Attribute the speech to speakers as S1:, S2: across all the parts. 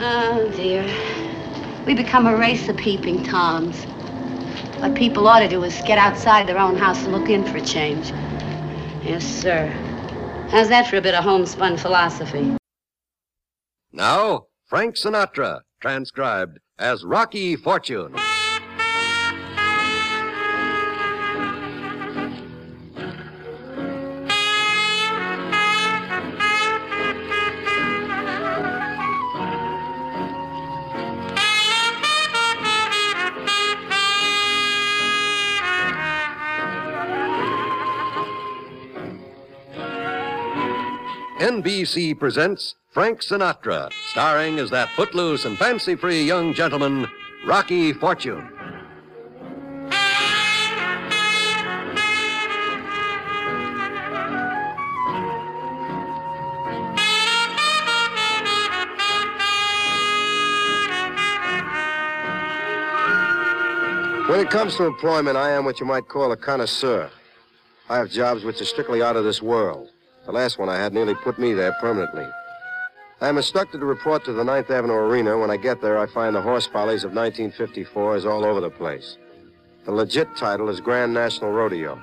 S1: Oh, dear. We become a race of peeping toms. What people ought to do is get outside their own house and look in for a change. Yes, sir. How's that for a bit of homespun philosophy?
S2: Now, Frank Sinatra, transcribed as Rocky Fortune. NBC presents Frank Sinatra, starring as that footloose and fancy free young gentleman, Rocky Fortune.
S3: When it comes to employment, I am what you might call a connoisseur. I have jobs which are strictly out of this world. The last one I had nearly put me there permanently. I am instructed to report to the Ninth Avenue Arena. When I get there, I find the horse follies of 1954 is all over the place. The legit title is Grand National Rodeo.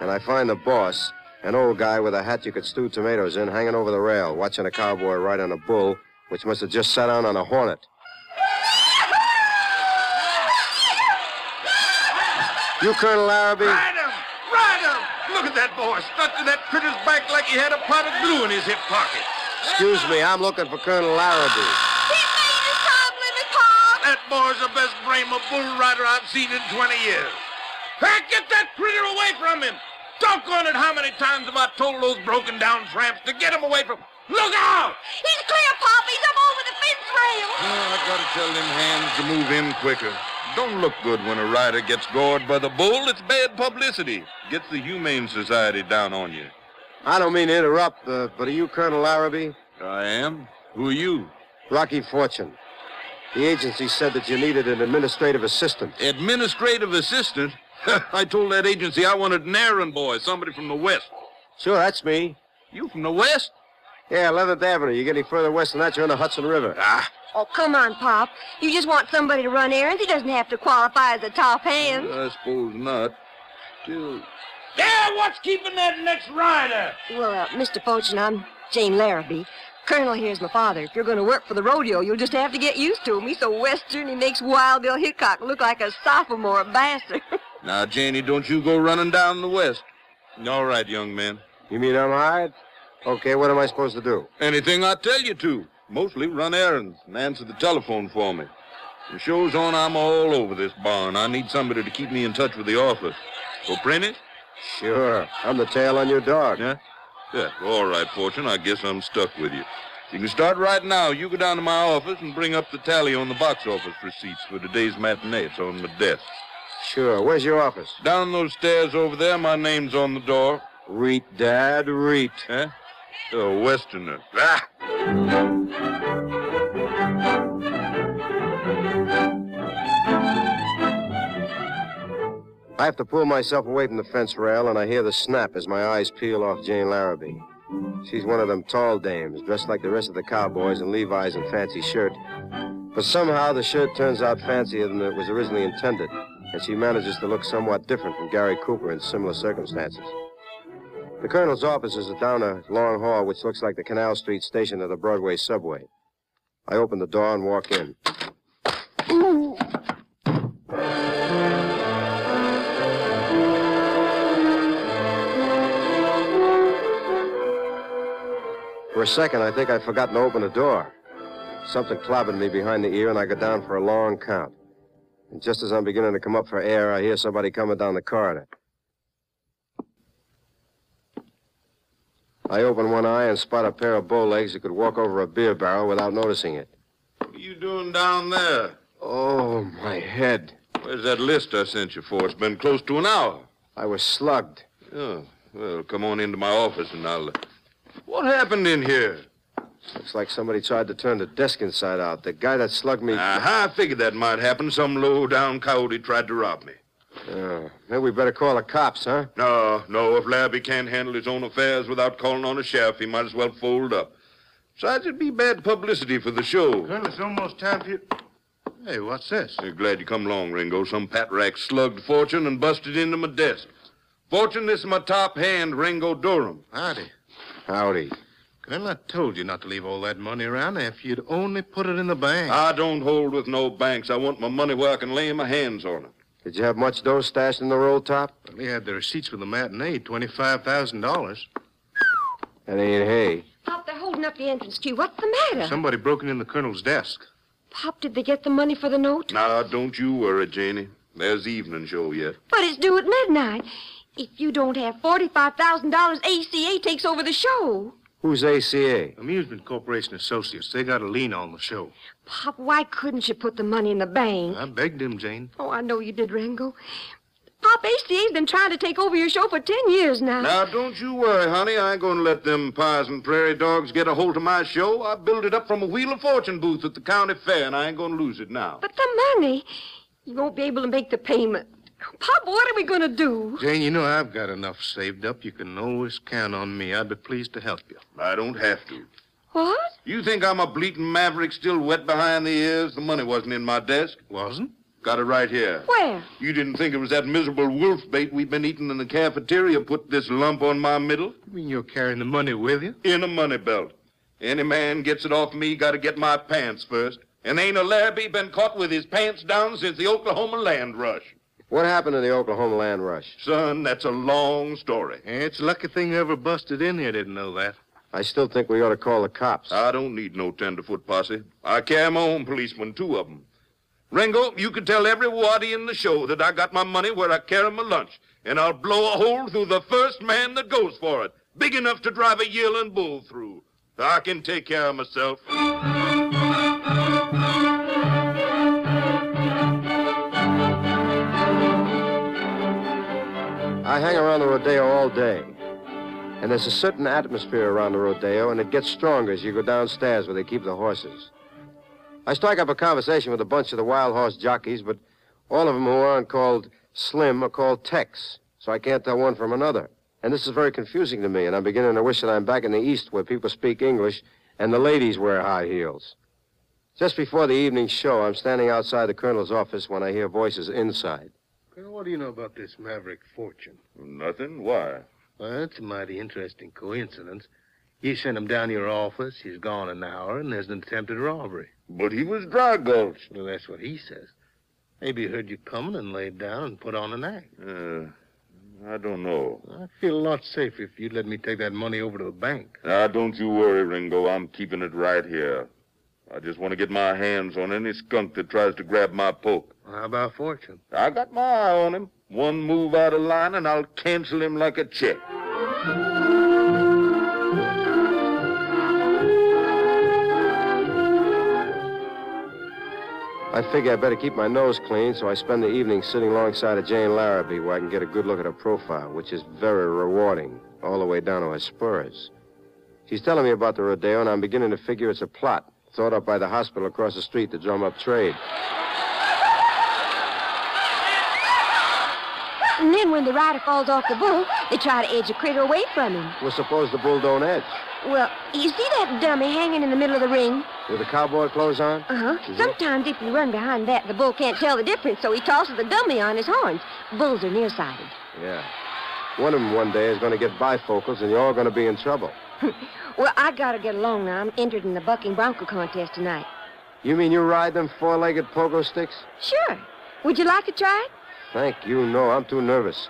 S3: And I find the boss, an old guy with a hat you could stew tomatoes in, hanging over the rail, watching a cowboy ride on a bull, which must have just sat down on a hornet. You, Colonel Larrabee?
S4: Ride him! Ride him! Look at that boy stuck to that critter's back like he had a pot of glue in his hip pocket.
S3: Excuse me, I'm looking for Colonel Larrabee.
S4: That boy's the best brain of bull rider I've seen in 20 years. Hey, get that critter away from him! Talk on it how many times have I told those broken down tramps to get him away from... Look out!
S5: He's clear, Pop. He's up over the fence rail.
S6: Ah, I gotta tell them hands to move in quicker. Don't look good when a rider gets gored by the bull. It's bad publicity. Gets the Humane Society down on you.
S3: I don't mean to interrupt, uh, but are you Colonel Larrabee?
S6: I am. Who are you?
S3: Rocky Fortune. The agency said that you needed an administrative assistant.
S6: Administrative assistant? I told that agency I wanted an errand boy, somebody from the West.
S3: Sure, that's me.
S6: You from the West?
S3: Yeah, 11th Avenue. You get any further west than that, you're on the Hudson River.
S6: Ah,
S5: Oh, come on, Pop. You just want somebody to run errands. He doesn't have to qualify as a top hand.
S6: I suppose not. Till
S4: Yeah, what's keeping that next rider?
S5: Well, uh, Mr. Fortune, I'm Jane Larrabee. Colonel here's my father. If you're going to work for the rodeo, you'll just have to get used to him. He's so western, he makes Wild Bill Hickok look like a sophomore at Vassar.
S6: now, Janie, don't you go running down the West. All right, young man.
S3: You mean I'm hired? Okay, what am I supposed to do?
S6: Anything I tell you to. Mostly run errands and answer the telephone for me. The show's on, I'm all over this barn. I need somebody to keep me in touch with the office. Go print it?
S3: Sure. I'm the tail on your dog.
S6: Yeah? Yeah, all right, Fortune. I guess I'm stuck with you. You can start right now. You go down to my office and bring up the tally on the box office receipts for today's matinee. It's on the desk.
S3: Sure. Where's your office?
S6: Down those stairs over there, my name's on the door.
S3: Reet, Dad, reet.
S6: Huh? A Westerner. Ah!
S3: I have to pull myself away from the fence rail, and I hear the snap as my eyes peel off Jane Larrabee. She's one of them tall dames, dressed like the rest of the cowboys in Levi's and fancy shirt. But somehow the shirt turns out fancier than it was originally intended, and she manages to look somewhat different from Gary Cooper in similar circumstances. The colonel's office is down a long hall which looks like the Canal Street station of the Broadway subway. I open the door and walk in. For a second, I think I'd forgotten to open the door. Something clobbered me behind the ear, and I go down for a long count. And just as I'm beginning to come up for air, I hear somebody coming down the corridor. I open one eye and spot a pair of bow legs that could walk over a beer barrel without noticing it.
S6: What are you doing down there?
S3: Oh, my head.
S6: Where's that list I sent you for? It's been close to an hour.
S3: I was slugged.
S6: Oh, well, come on into my office and I'll. uh, What happened in here?
S3: Looks like somebody tried to turn the desk inside out. The guy that slugged me.
S6: Uh-huh, I figured that might happen. Some low-down coyote tried to rob me.
S3: Yeah. maybe Oh, we better call the cops, huh?
S6: No, no, if Labby can't handle his own affairs without calling on a sheriff, he might as well fold up. Besides, it'd be bad publicity for the show.
S7: Colonel, it's almost time for you. Hey, what's this?
S6: You're glad you come along, Ringo. Some pat rack slugged Fortune and busted into my desk. Fortune, this is my top hand, Ringo Durham.
S7: Howdy.
S3: Howdy.
S7: Colonel, I told you not to leave all that money around if you'd only put it in the bank.
S6: I don't hold with no banks. I want my money where I can lay my hands on it.
S3: Did you have much dough stashed in the roll top?
S7: Well, he had the receipts for the matinee, $25,000.
S3: That ain't hay.
S5: Pop, they're holding up the entrance queue. What's the matter?
S7: Somebody broke in the colonel's desk.
S5: Pop, did they get the money for the note?
S6: Now, don't you worry, Janie. There's the evening show yet.
S5: But it's due at midnight. If you don't have $45,000, ACA takes over the show.
S3: Who's ACA?
S7: Amusement Corporation Associates. They got a lien on the show.
S5: Pop, why couldn't you put the money in the bank?
S7: I begged him, Jane.
S5: Oh, I know you did, Rango. Pop, ACA's been trying to take over your show for ten years now.
S6: Now, don't you worry, honey. I ain't gonna let them pies and prairie dogs get a hold of my show. I built it up from a Wheel of Fortune booth at the county fair, and I ain't gonna lose it now.
S5: But the money, you won't be able to make the payment. Pop, what are we going to do?
S7: Jane, you know I've got enough saved up. You can always count on me. I'd be pleased to help you.
S6: I don't have to.
S5: What?
S6: You think I'm a bleating maverick still wet behind the ears? The money wasn't in my desk.
S7: Wasn't?
S6: Got it right here.
S5: Where?
S6: You didn't think it was that miserable wolf bait we've been eating in the cafeteria put this lump on my middle?
S7: You mean you're carrying the money with you?
S6: In a money belt. Any man gets it off me, gotta get my pants first. And ain't a Larrabee been caught with his pants down since the Oklahoma land rush.
S3: What happened to the Oklahoma land rush?
S6: Son, that's a long story.
S7: Yeah, it's a lucky thing you ever busted in here. Didn't know that.
S3: I still think we ought to call the cops.
S6: I don't need no tenderfoot posse. I carry my own policemen, two of 'em. Ringo, you can tell every waddy in the show that I got my money where I carry my lunch, and I'll blow a hole through the first man that goes for it, big enough to drive a yearling bull through. I can take care of myself.
S3: I hang around the rodeo all day. And there's a certain atmosphere around the rodeo, and it gets stronger as you go downstairs where they keep the horses. I strike up a conversation with a bunch of the wild horse jockeys, but all of them who aren't called Slim are called Tex, so I can't tell one from another. And this is very confusing to me, and I'm beginning to wish that I'm back in the East where people speak English and the ladies wear high heels. Just before the evening show, I'm standing outside the colonel's office when I hear voices inside.
S7: Colonel, what do you know about this Maverick fortune?
S6: Nothing? Why?
S7: Well, that's a mighty interesting coincidence. You sent him down to your office, he's gone an hour, and there's an attempted robbery.
S6: But he was dry gulched.
S7: Well, that's what he says. Maybe he heard you coming and laid down and put on an act.
S6: Uh, I don't know.
S7: I feel a lot safer if you'd let me take that money over to the bank.
S6: Now, don't you worry, Ringo. I'm keeping it right here. I just want to get my hands on any skunk that tries to grab my poke.
S7: How about fortune?
S6: I got my eye on him. One move out of line, and I'll cancel him like a check.
S3: I figure I better keep my nose clean, so I spend the evening sitting alongside of Jane Larrabee where I can get a good look at her profile, which is very rewarding, all the way down to her spurs. She's telling me about the rodeo, and I'm beginning to figure it's a plot thought up by the hospital across the street to drum up trade.
S5: And then when the rider falls off the bull, they try to edge a critter away from him.
S3: We're supposed to bull don't edge.
S5: Well, you see that dummy hanging in the middle of the ring?
S3: With the cowboy clothes on?
S5: Uh-huh. Sometimes if you run behind that, the bull can't tell the difference, so he tosses the dummy on his horns. Bulls are nearsighted.
S3: Yeah. One of them one day is going to get bifocals, and you're all going to be in trouble.
S5: Well, I gotta get along now. I'm entered in the bucking bronco contest tonight.
S3: You mean you ride them four-legged pogo sticks?
S5: Sure. Would you like to try it?
S3: Thank you, no. I'm too nervous.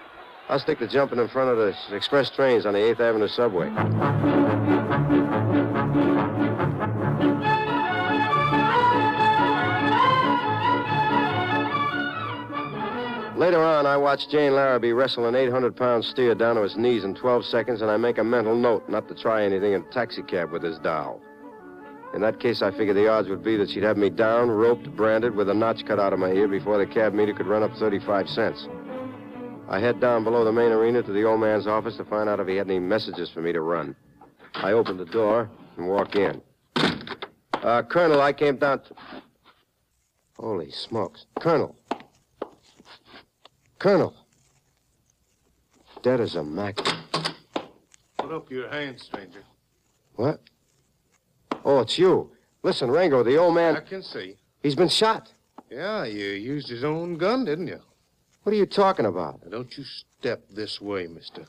S3: I'll stick to jumping in front of the s- express trains on the 8th Avenue subway. Later on, I watch Jane Larrabee wrestle an 800 pound steer down to his knees in 12 seconds, and I make a mental note not to try anything in a taxicab with this doll. In that case, I figured the odds would be that she'd have me down, roped, branded, with a notch cut out of my ear before the cab meter could run up 35 cents. I head down below the main arena to the old man's office to find out if he had any messages for me to run. I open the door and walk in. Uh, Colonel, I came down. To... Holy smokes. Colonel. Colonel. Dead as a mackerel.
S7: Put up your hand, stranger.
S3: What? Oh, it's you. Listen, Rango, the old
S7: I
S3: man,
S7: can see.
S3: he's been shot.
S7: Yeah, you used his own gun, didn't you?
S3: What are you talking about?
S7: Now, don't you step this way, mister.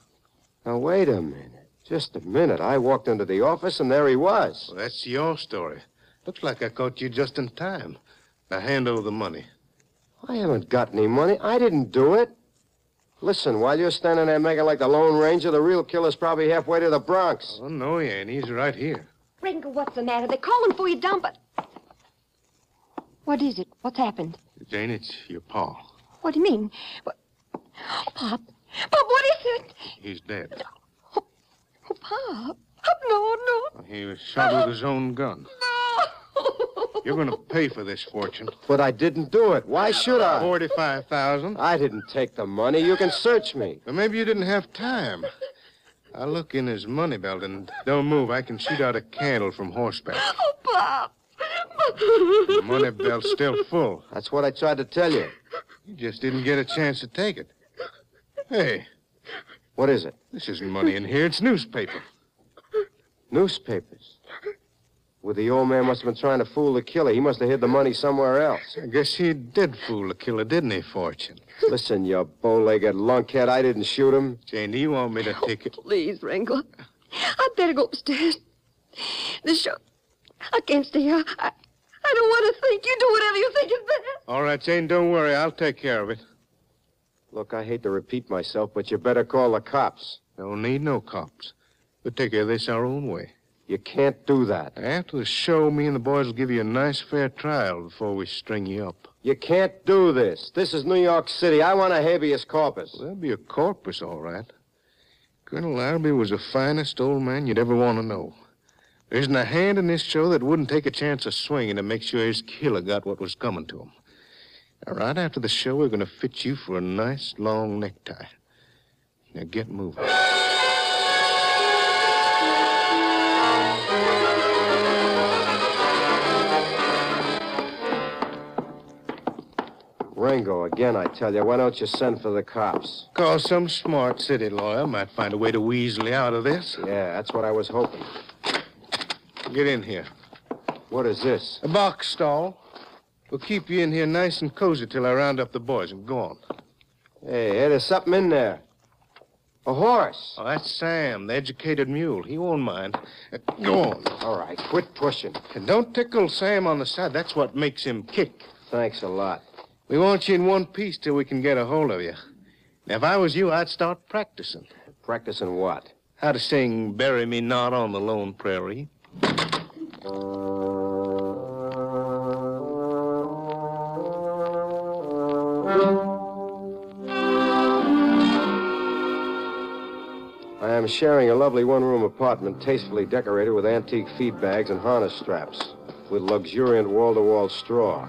S3: Now, wait a minute. Just a minute. I walked into the office and there he was.
S7: Well, that's your story. Looks like I caught you just in time. Now, hand over the money.
S3: I haven't got any money. I didn't do it. Listen, while you're standing there making like the Lone Ranger, the real killer's probably halfway to the Bronx.
S7: Oh, no, he ain't. He's right here.
S5: Ringo, what's the matter? They're calling for you, dump it. What is it? What's happened?
S7: Jane, it's your pa.
S5: What do you mean? What... Pop. Pop, what is it?
S7: He's dead.
S5: Oh, Pop. Pop, no, no,
S7: He was shot with his own gun.
S5: no.
S7: You're going to pay for this fortune.
S3: But I didn't do it. Why should I?
S7: 45000
S3: I didn't take the money. You can search me.
S7: Well, maybe you didn't have time. I look in his money belt and don't move. I can shoot out a candle from horseback.
S5: Oh, Pop.
S7: The money belt's still full.
S3: That's what I tried to tell you.
S7: You just didn't get a chance to take it. Hey,
S3: What is it?
S7: this isn't money in here. It's newspaper.
S3: Newspapers. Well, the old man must have been trying to fool the killer. He must have hid the money somewhere else.
S7: I guess he did fool the killer, didn't he, Fortune?
S3: Listen, you bow-legged lunkhead, I didn't shoot him.
S7: Jane, do you want me to take it?
S5: Please, Ringo. I'd better go upstairs. The show. I can't stay here. I, I don't want to think. You do whatever you think is better.
S7: All right, Jane, don't worry. I'll take care of it.
S3: Look, I hate to repeat myself, but you better call the cops.
S7: Don't need no cops. We'll take care of this our own way.
S3: You can't do that.
S7: After the show, me and the boys will give you a nice fair trial before we string you up.
S3: You can't do this. This is New York City. I want a habeas corpus.
S7: There'll be a corpus, all right. Colonel Larrabee was the finest old man you'd ever want to know. There isn't a hand in this show that wouldn't take a chance of swinging to make sure his killer got what was coming to him. Now, right after the show, we're going to fit you for a nice long necktie. Now get moving.
S3: Ringo, again, I tell you, why don't you send for the cops?
S7: Cause some smart city lawyer might find a way to weasel you out of this.
S3: Yeah, that's what I was hoping.
S7: Get in here.
S3: What is this?
S7: A box stall. We'll keep you in here nice and cozy till I round up the boys and go on.
S3: Hey, hey, there's something in there. A horse.
S7: Oh, that's Sam, the educated mule. He won't mind. Uh, Go on.
S3: All right, quit pushing.
S7: And don't tickle Sam on the side. That's what makes him kick.
S3: Thanks a lot.
S7: We want you in one piece till we can get a hold of you. Now, if I was you, I'd start practicing.
S3: Practicing what?
S7: How to sing Bury Me Not on the Lone Prairie.
S3: I am sharing a lovely one room apartment tastefully decorated with antique feed bags and harness straps, with luxuriant wall to wall straw.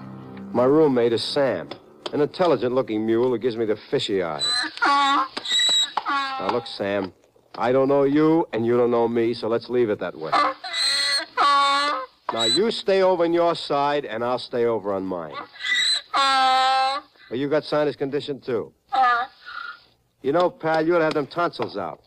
S3: My roommate is Sam, an intelligent looking mule who gives me the fishy eye. Now, look, Sam, I don't know you, and you don't know me, so let's leave it that way. Now, you stay over on your side, and I'll stay over on mine. Well, you got sinus condition, too. You know, pal, you'll have them tonsils out.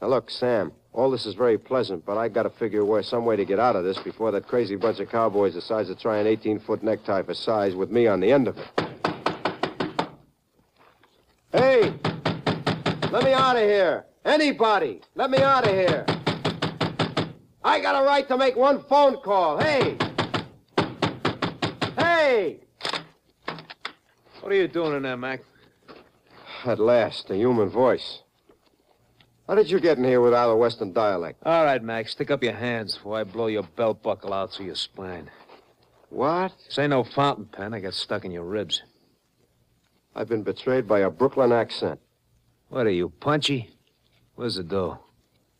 S3: Now, look, Sam, all this is very pleasant, but I gotta figure where some way to get out of this before that crazy bunch of cowboys decides to try an 18 foot necktie for size with me on the end of it. Hey! Let me out of here! Anybody! Let me out of here! I got a right to make one phone call! Hey! Hey!
S8: What are you doing in there, Mac?
S3: At last, a human voice. How did you get in here without a Western dialect?
S8: All right, Mac, stick up your hands before I blow your belt buckle out through your spine.
S3: What?
S8: This ain't no fountain pen. I got stuck in your ribs.
S3: I've been betrayed by a Brooklyn accent.
S8: What are you, punchy? Where's the dough?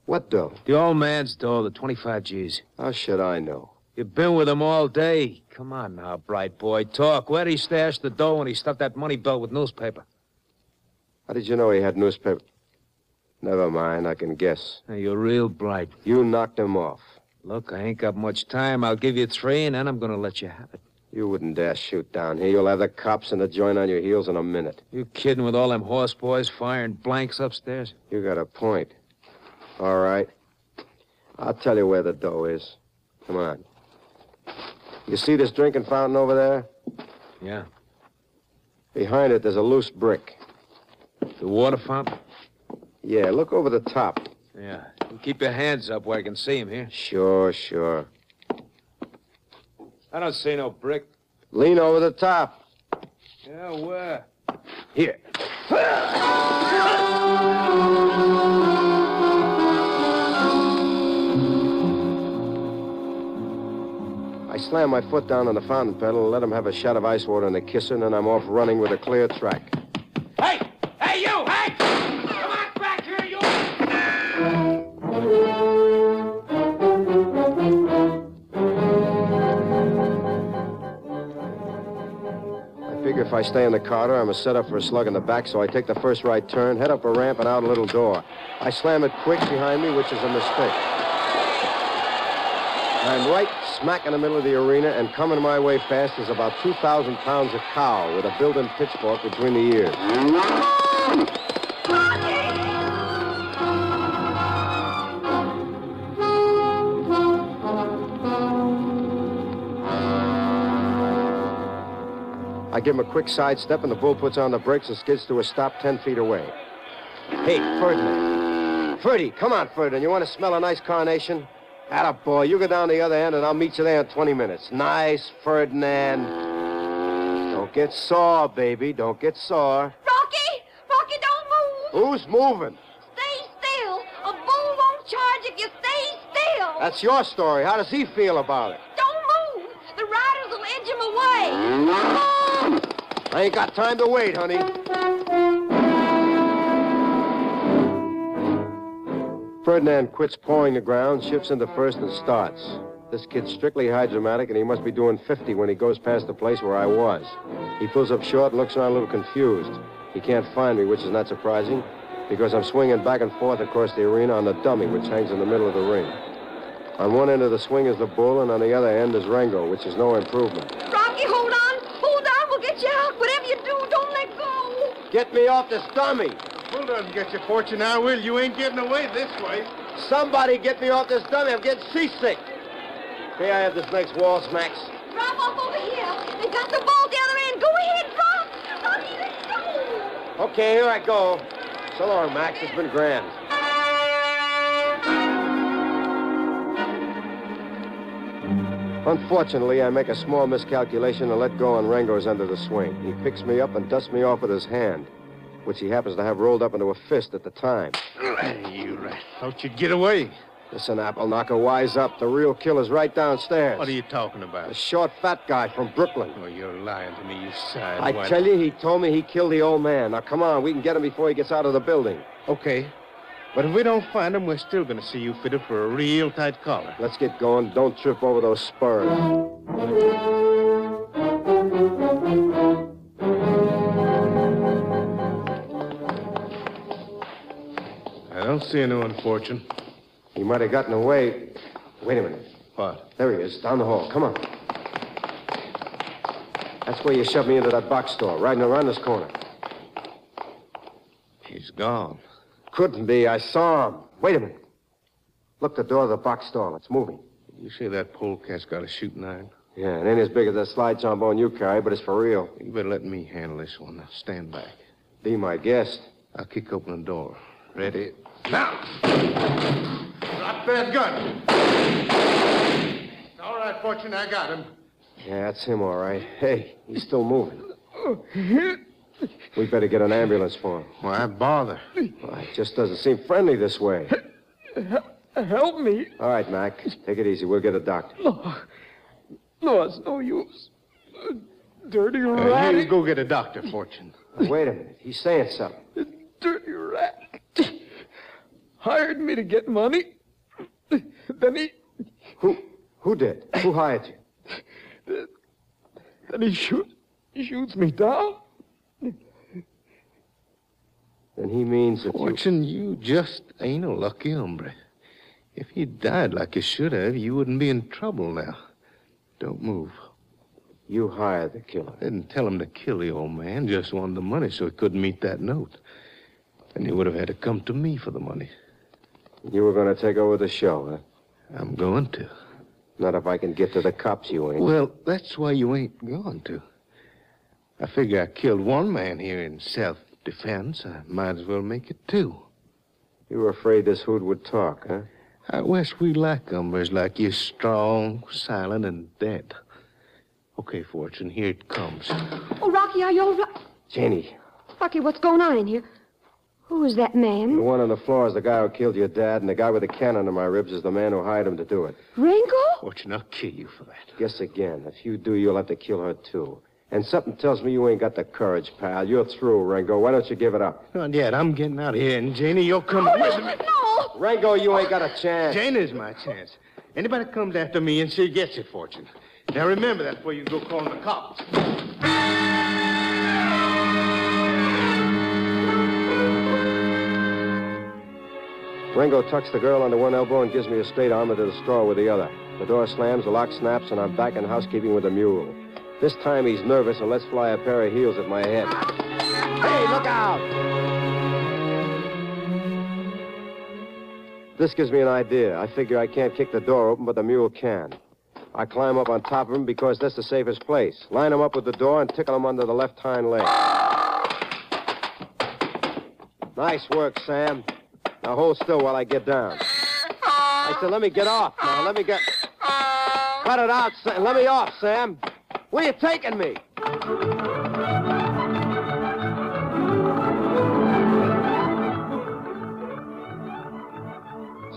S3: What dough?
S8: The old man's dough, the 25 G's.
S3: How should I know?
S8: You've been with him all day. Come on now, bright boy, talk. Where'd he stash the dough when he stuffed that money belt with newspaper?
S3: How did you know he had newspaper? Never mind, I can guess.
S8: Now, you're real bright.
S3: You knocked him off.
S8: Look, I ain't got much time. I'll give you three, and then I'm gonna let you have it.
S3: You wouldn't dare shoot down here. You'll have the cops and the joint on your heels in a minute.
S8: You kidding with all them horse boys firing blanks upstairs?
S3: You got a point. All right. I'll tell you where the dough is. Come on. You see this drinking fountain over there?
S8: Yeah.
S3: Behind it, there's a loose brick.
S8: The water fountain?
S3: Yeah, look over the top.
S8: Yeah. You keep your hands up where I can see him here.
S3: Sure, sure.
S8: I don't see no brick.
S3: Lean over the top.
S8: Yeah, where?
S3: Here. I slam my foot down on the fountain pedal, let him have a shot of ice water and a kiss, and then I'm off running with a clear track.
S4: Hey! Hey, you! Hey! Come on back here, you!
S3: I figure if I stay in the corridor, I'm a setup for a slug in the back, so I take the first right turn, head up a ramp, and out a little door. I slam it quick behind me, which is a mistake. I'm right smack in the middle of the arena, and coming my way fast is about 2,000 pounds of cow with a built-in pitchfork between the ears. I give him a quick sidestep, and the bull puts on the brakes and skids to a stop 10 feet away. Hey, Ferdinand. Ferdy, come on, Ferdinand. You want to smell a nice carnation? Atta boy, you go down the other end, and I'll meet you there in 20 minutes. Nice, Ferdinand. Don't get sore, baby. Don't get sore.
S5: Rocky! Rocky, don't move!
S3: Who's moving?
S5: Stay still! A bull won't charge if you stay still!
S3: That's your story. How does he feel about it?
S5: Don't move! The riders will edge him away!
S3: Mm-hmm. I ain't got time to wait, honey. Ferdinand quits pawing the ground, shifts into first, and starts. This kid's strictly hydromatic, and he must be doing 50 when he goes past the place where I was. He pulls up short and looks around a little confused. He can't find me, which is not surprising, because I'm swinging back and forth across the arena on the dummy, which hangs in the middle of the ring. On one end of the swing is the bull, and on the other end is Rango, which is no improvement.
S5: Rocky, hold on! Hold on, we'll get you out! Whatever you do, don't let go!
S3: Get me off this dummy!
S7: Bull doesn't get your fortune, I will. You ain't getting away this way.
S3: Somebody get me off this dummy. I'm getting seasick. May I have this next wall, Smacks?
S5: Drop off over here! They got the ball the other end! Go ahead, drop! Rocky, let's go!
S3: Okay, here I go. So long, Max. It's been grand. Unfortunately, I make a small miscalculation and let go on Rango's end of the swing. He picks me up and dusts me off with his hand, which he happens to have rolled up into a fist at the time.
S7: You rat. Thought you'd get away.
S3: Listen, Apple Knocker, wise up. The real killer's right downstairs.
S7: What are you talking
S3: The
S7: about?
S3: short, fat guy from Brooklyn.
S7: Oh, you're lying to me, you side.
S3: I tell you, he told me he killed the old man. Now, come on, we can get him before he gets out of the building.
S7: Okay. But if we don't find him, we're still going to see you fitted for a real tight collar.
S3: Let's get going. Don't trip over those spurs.
S7: I don't see anyone, Fortune.
S3: He might have gotten away. Wait a minute.
S7: What?
S3: There he is, down the hall. Come on. That's where you shoved me into that box store, riding around this corner.
S7: He's gone.
S3: Couldn't be. I saw him. Wait a minute. Look, the door of the box store. It's moving.
S7: You say that polecat's got a shooting iron?
S3: Yeah, it ain't as big as that slide trombone you carry, but it's for real.
S7: You better let me handle this one. Now stand back.
S3: Be my guest.
S7: I'll kick open the door. Ready? Now! Drop that gun. All right, Fortune, I got him.
S3: Yeah, that's him, all right. Hey, he's still moving. We better get an ambulance for him.
S7: Why bother?
S3: Well, it just doesn't seem friendly this way.
S9: Help me.
S3: All right, Mac. Take it easy. We'll get a doctor.
S9: No. No, it's no use. Dirty
S7: Uh,
S9: rat.
S7: you go get a doctor, Fortune.
S3: Wait a minute. He's saying something.
S9: Dirty rat. Hired me to get money. Then he
S3: Who who did? Who hired you?
S9: then he shoot, shoots me down.
S3: Then he means that you.
S7: Fortune, you just ain't a lucky hombre. If you died like you should have, you wouldn't be in trouble now. Don't move.
S3: You hired the killer.
S7: Didn't tell him to kill the old man, just wanted the money so he couldn't meet that note. And he would have had to come to me for the money.
S3: You were going to take over the show, huh?
S7: I'm going to.
S3: Not if I can get to the cops, you ain't.
S7: Well, that's why you ain't going to. I figure I killed one man here in self defense. I might as well make it two.
S3: You were afraid this hood would talk, huh?
S7: Out west, we like hombres like you, strong, silent, and dead. Okay, Fortune, here it comes.
S5: Oh, Rocky, are you all right?
S3: Janie,
S5: Rocky, what's going on in here? Who is that
S3: the
S5: man?
S3: one on the floor is the guy who killed your dad, and the guy with the can under my ribs is the man who hired him to do it. Oh,
S5: Ringo?
S7: Fortune, I'll kill you for that.
S3: Guess again. If you do, you'll have to kill her, too. And something tells me you ain't got the courage, pal. You're through, Rango. Why don't you give it up?
S7: Not yet. I'm getting out of here, and Janie, you're
S5: Oh,
S7: coming with me.
S5: No!
S3: Rango, you ain't got a chance.
S7: Jane is my chance. Anybody comes after me, and she gets it, Fortune. Now remember that before you go calling the cops.
S3: Rango tucks the girl under one elbow and gives me a straight arm into the straw with the other. The door slams, the lock snaps, and I'm back in housekeeping with the mule. This time he's nervous and lets fly a pair of heels at my head. Hey, look out! This gives me an idea. I figure I can't kick the door open, but the mule can. I climb up on top of him because that's the safest place. Line him up with the door and tickle him under the left hind leg. Nice work, Sam. Now hold still while I get down. I said, let me get off now. Let me get. Cut it out, Sam. Let me off, Sam. Where you taking me?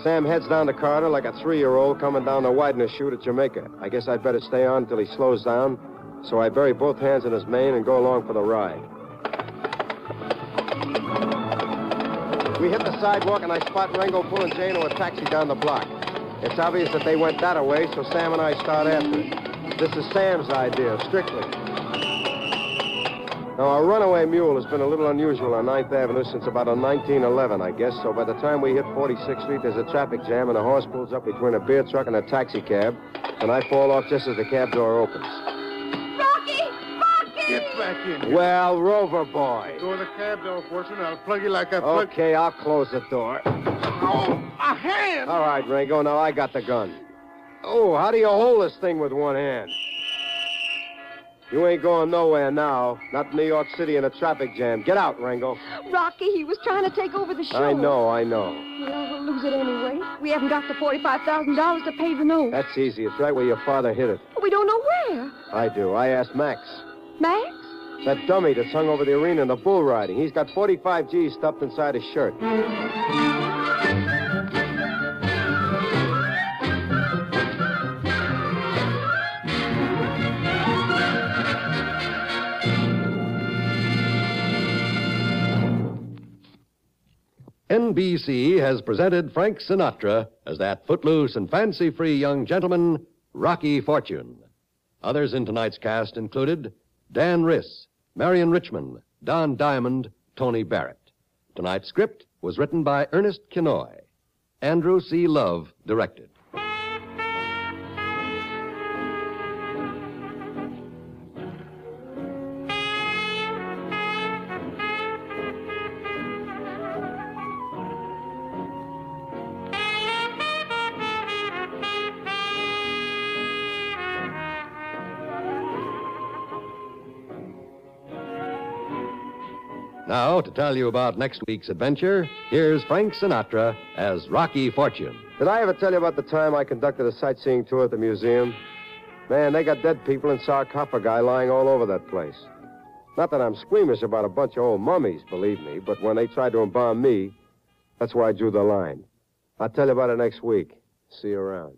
S3: Sam heads down the corridor like a three year old coming down the Widener chute at Jamaica. I guess I'd better stay on till he slows down, so I bury both hands in his mane and go along for the ride. We hit the sidewalk, and I spot Rango pulling Jane or a taxi down the block. It's obvious that they went that way, so Sam and I start after it. This is Sam's idea, strictly. Now, our runaway mule has been a little unusual on 9th Avenue since about 1911, I guess, so by the time we hit 46th Street, there's a traffic jam, and a horse pulls up between a beer truck and a taxi cab, and I fall off just as the cab door opens.
S5: Rocky! Rocky!
S7: Get back in here.
S3: Well, Rover boy.
S7: Go to the cab door, Fortune. I'll plug you like I plug.
S3: Okay, I'll close the door.
S9: A hand!
S3: All right, Rango, now I got the gun. Oh, how do you hold this thing with one hand? You ain't going nowhere now. Not in New York City in a traffic jam. Get out, Rango.
S5: Rocky, he was trying to take over the show.
S3: I know, I know.
S5: Well, we'll lose it anyway. We haven't got the $45,000 to pay the note.
S3: That's easy. It's right where your father hit it.
S5: we don't know where.
S3: I do. I asked Max.
S5: Max?
S3: That dummy that's hung over the arena in the bull riding. He's got 45 G's stuffed inside his shirt.
S2: NBC has presented Frank Sinatra as that footloose and fancy free young gentleman, Rocky Fortune. Others in tonight's cast included Dan Riss, Marion Richmond, Don Diamond, Tony Barrett. Tonight's script was written by Ernest Kinoy. Andrew C. Love directed. Now, to tell you about next week's adventure, here's Frank Sinatra as Rocky Fortune.
S3: Did I ever tell you about the time I conducted a sightseeing tour at the museum? Man, they got dead people and sarcophagi lying all over that place. Not that I'm squeamish about a bunch of old mummies, believe me, but when they tried to embalm me, that's where I drew the line. I'll tell you about it next week. See you around.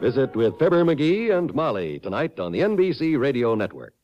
S2: Visit with Fibber McGee and Molly tonight on the NBC Radio Network.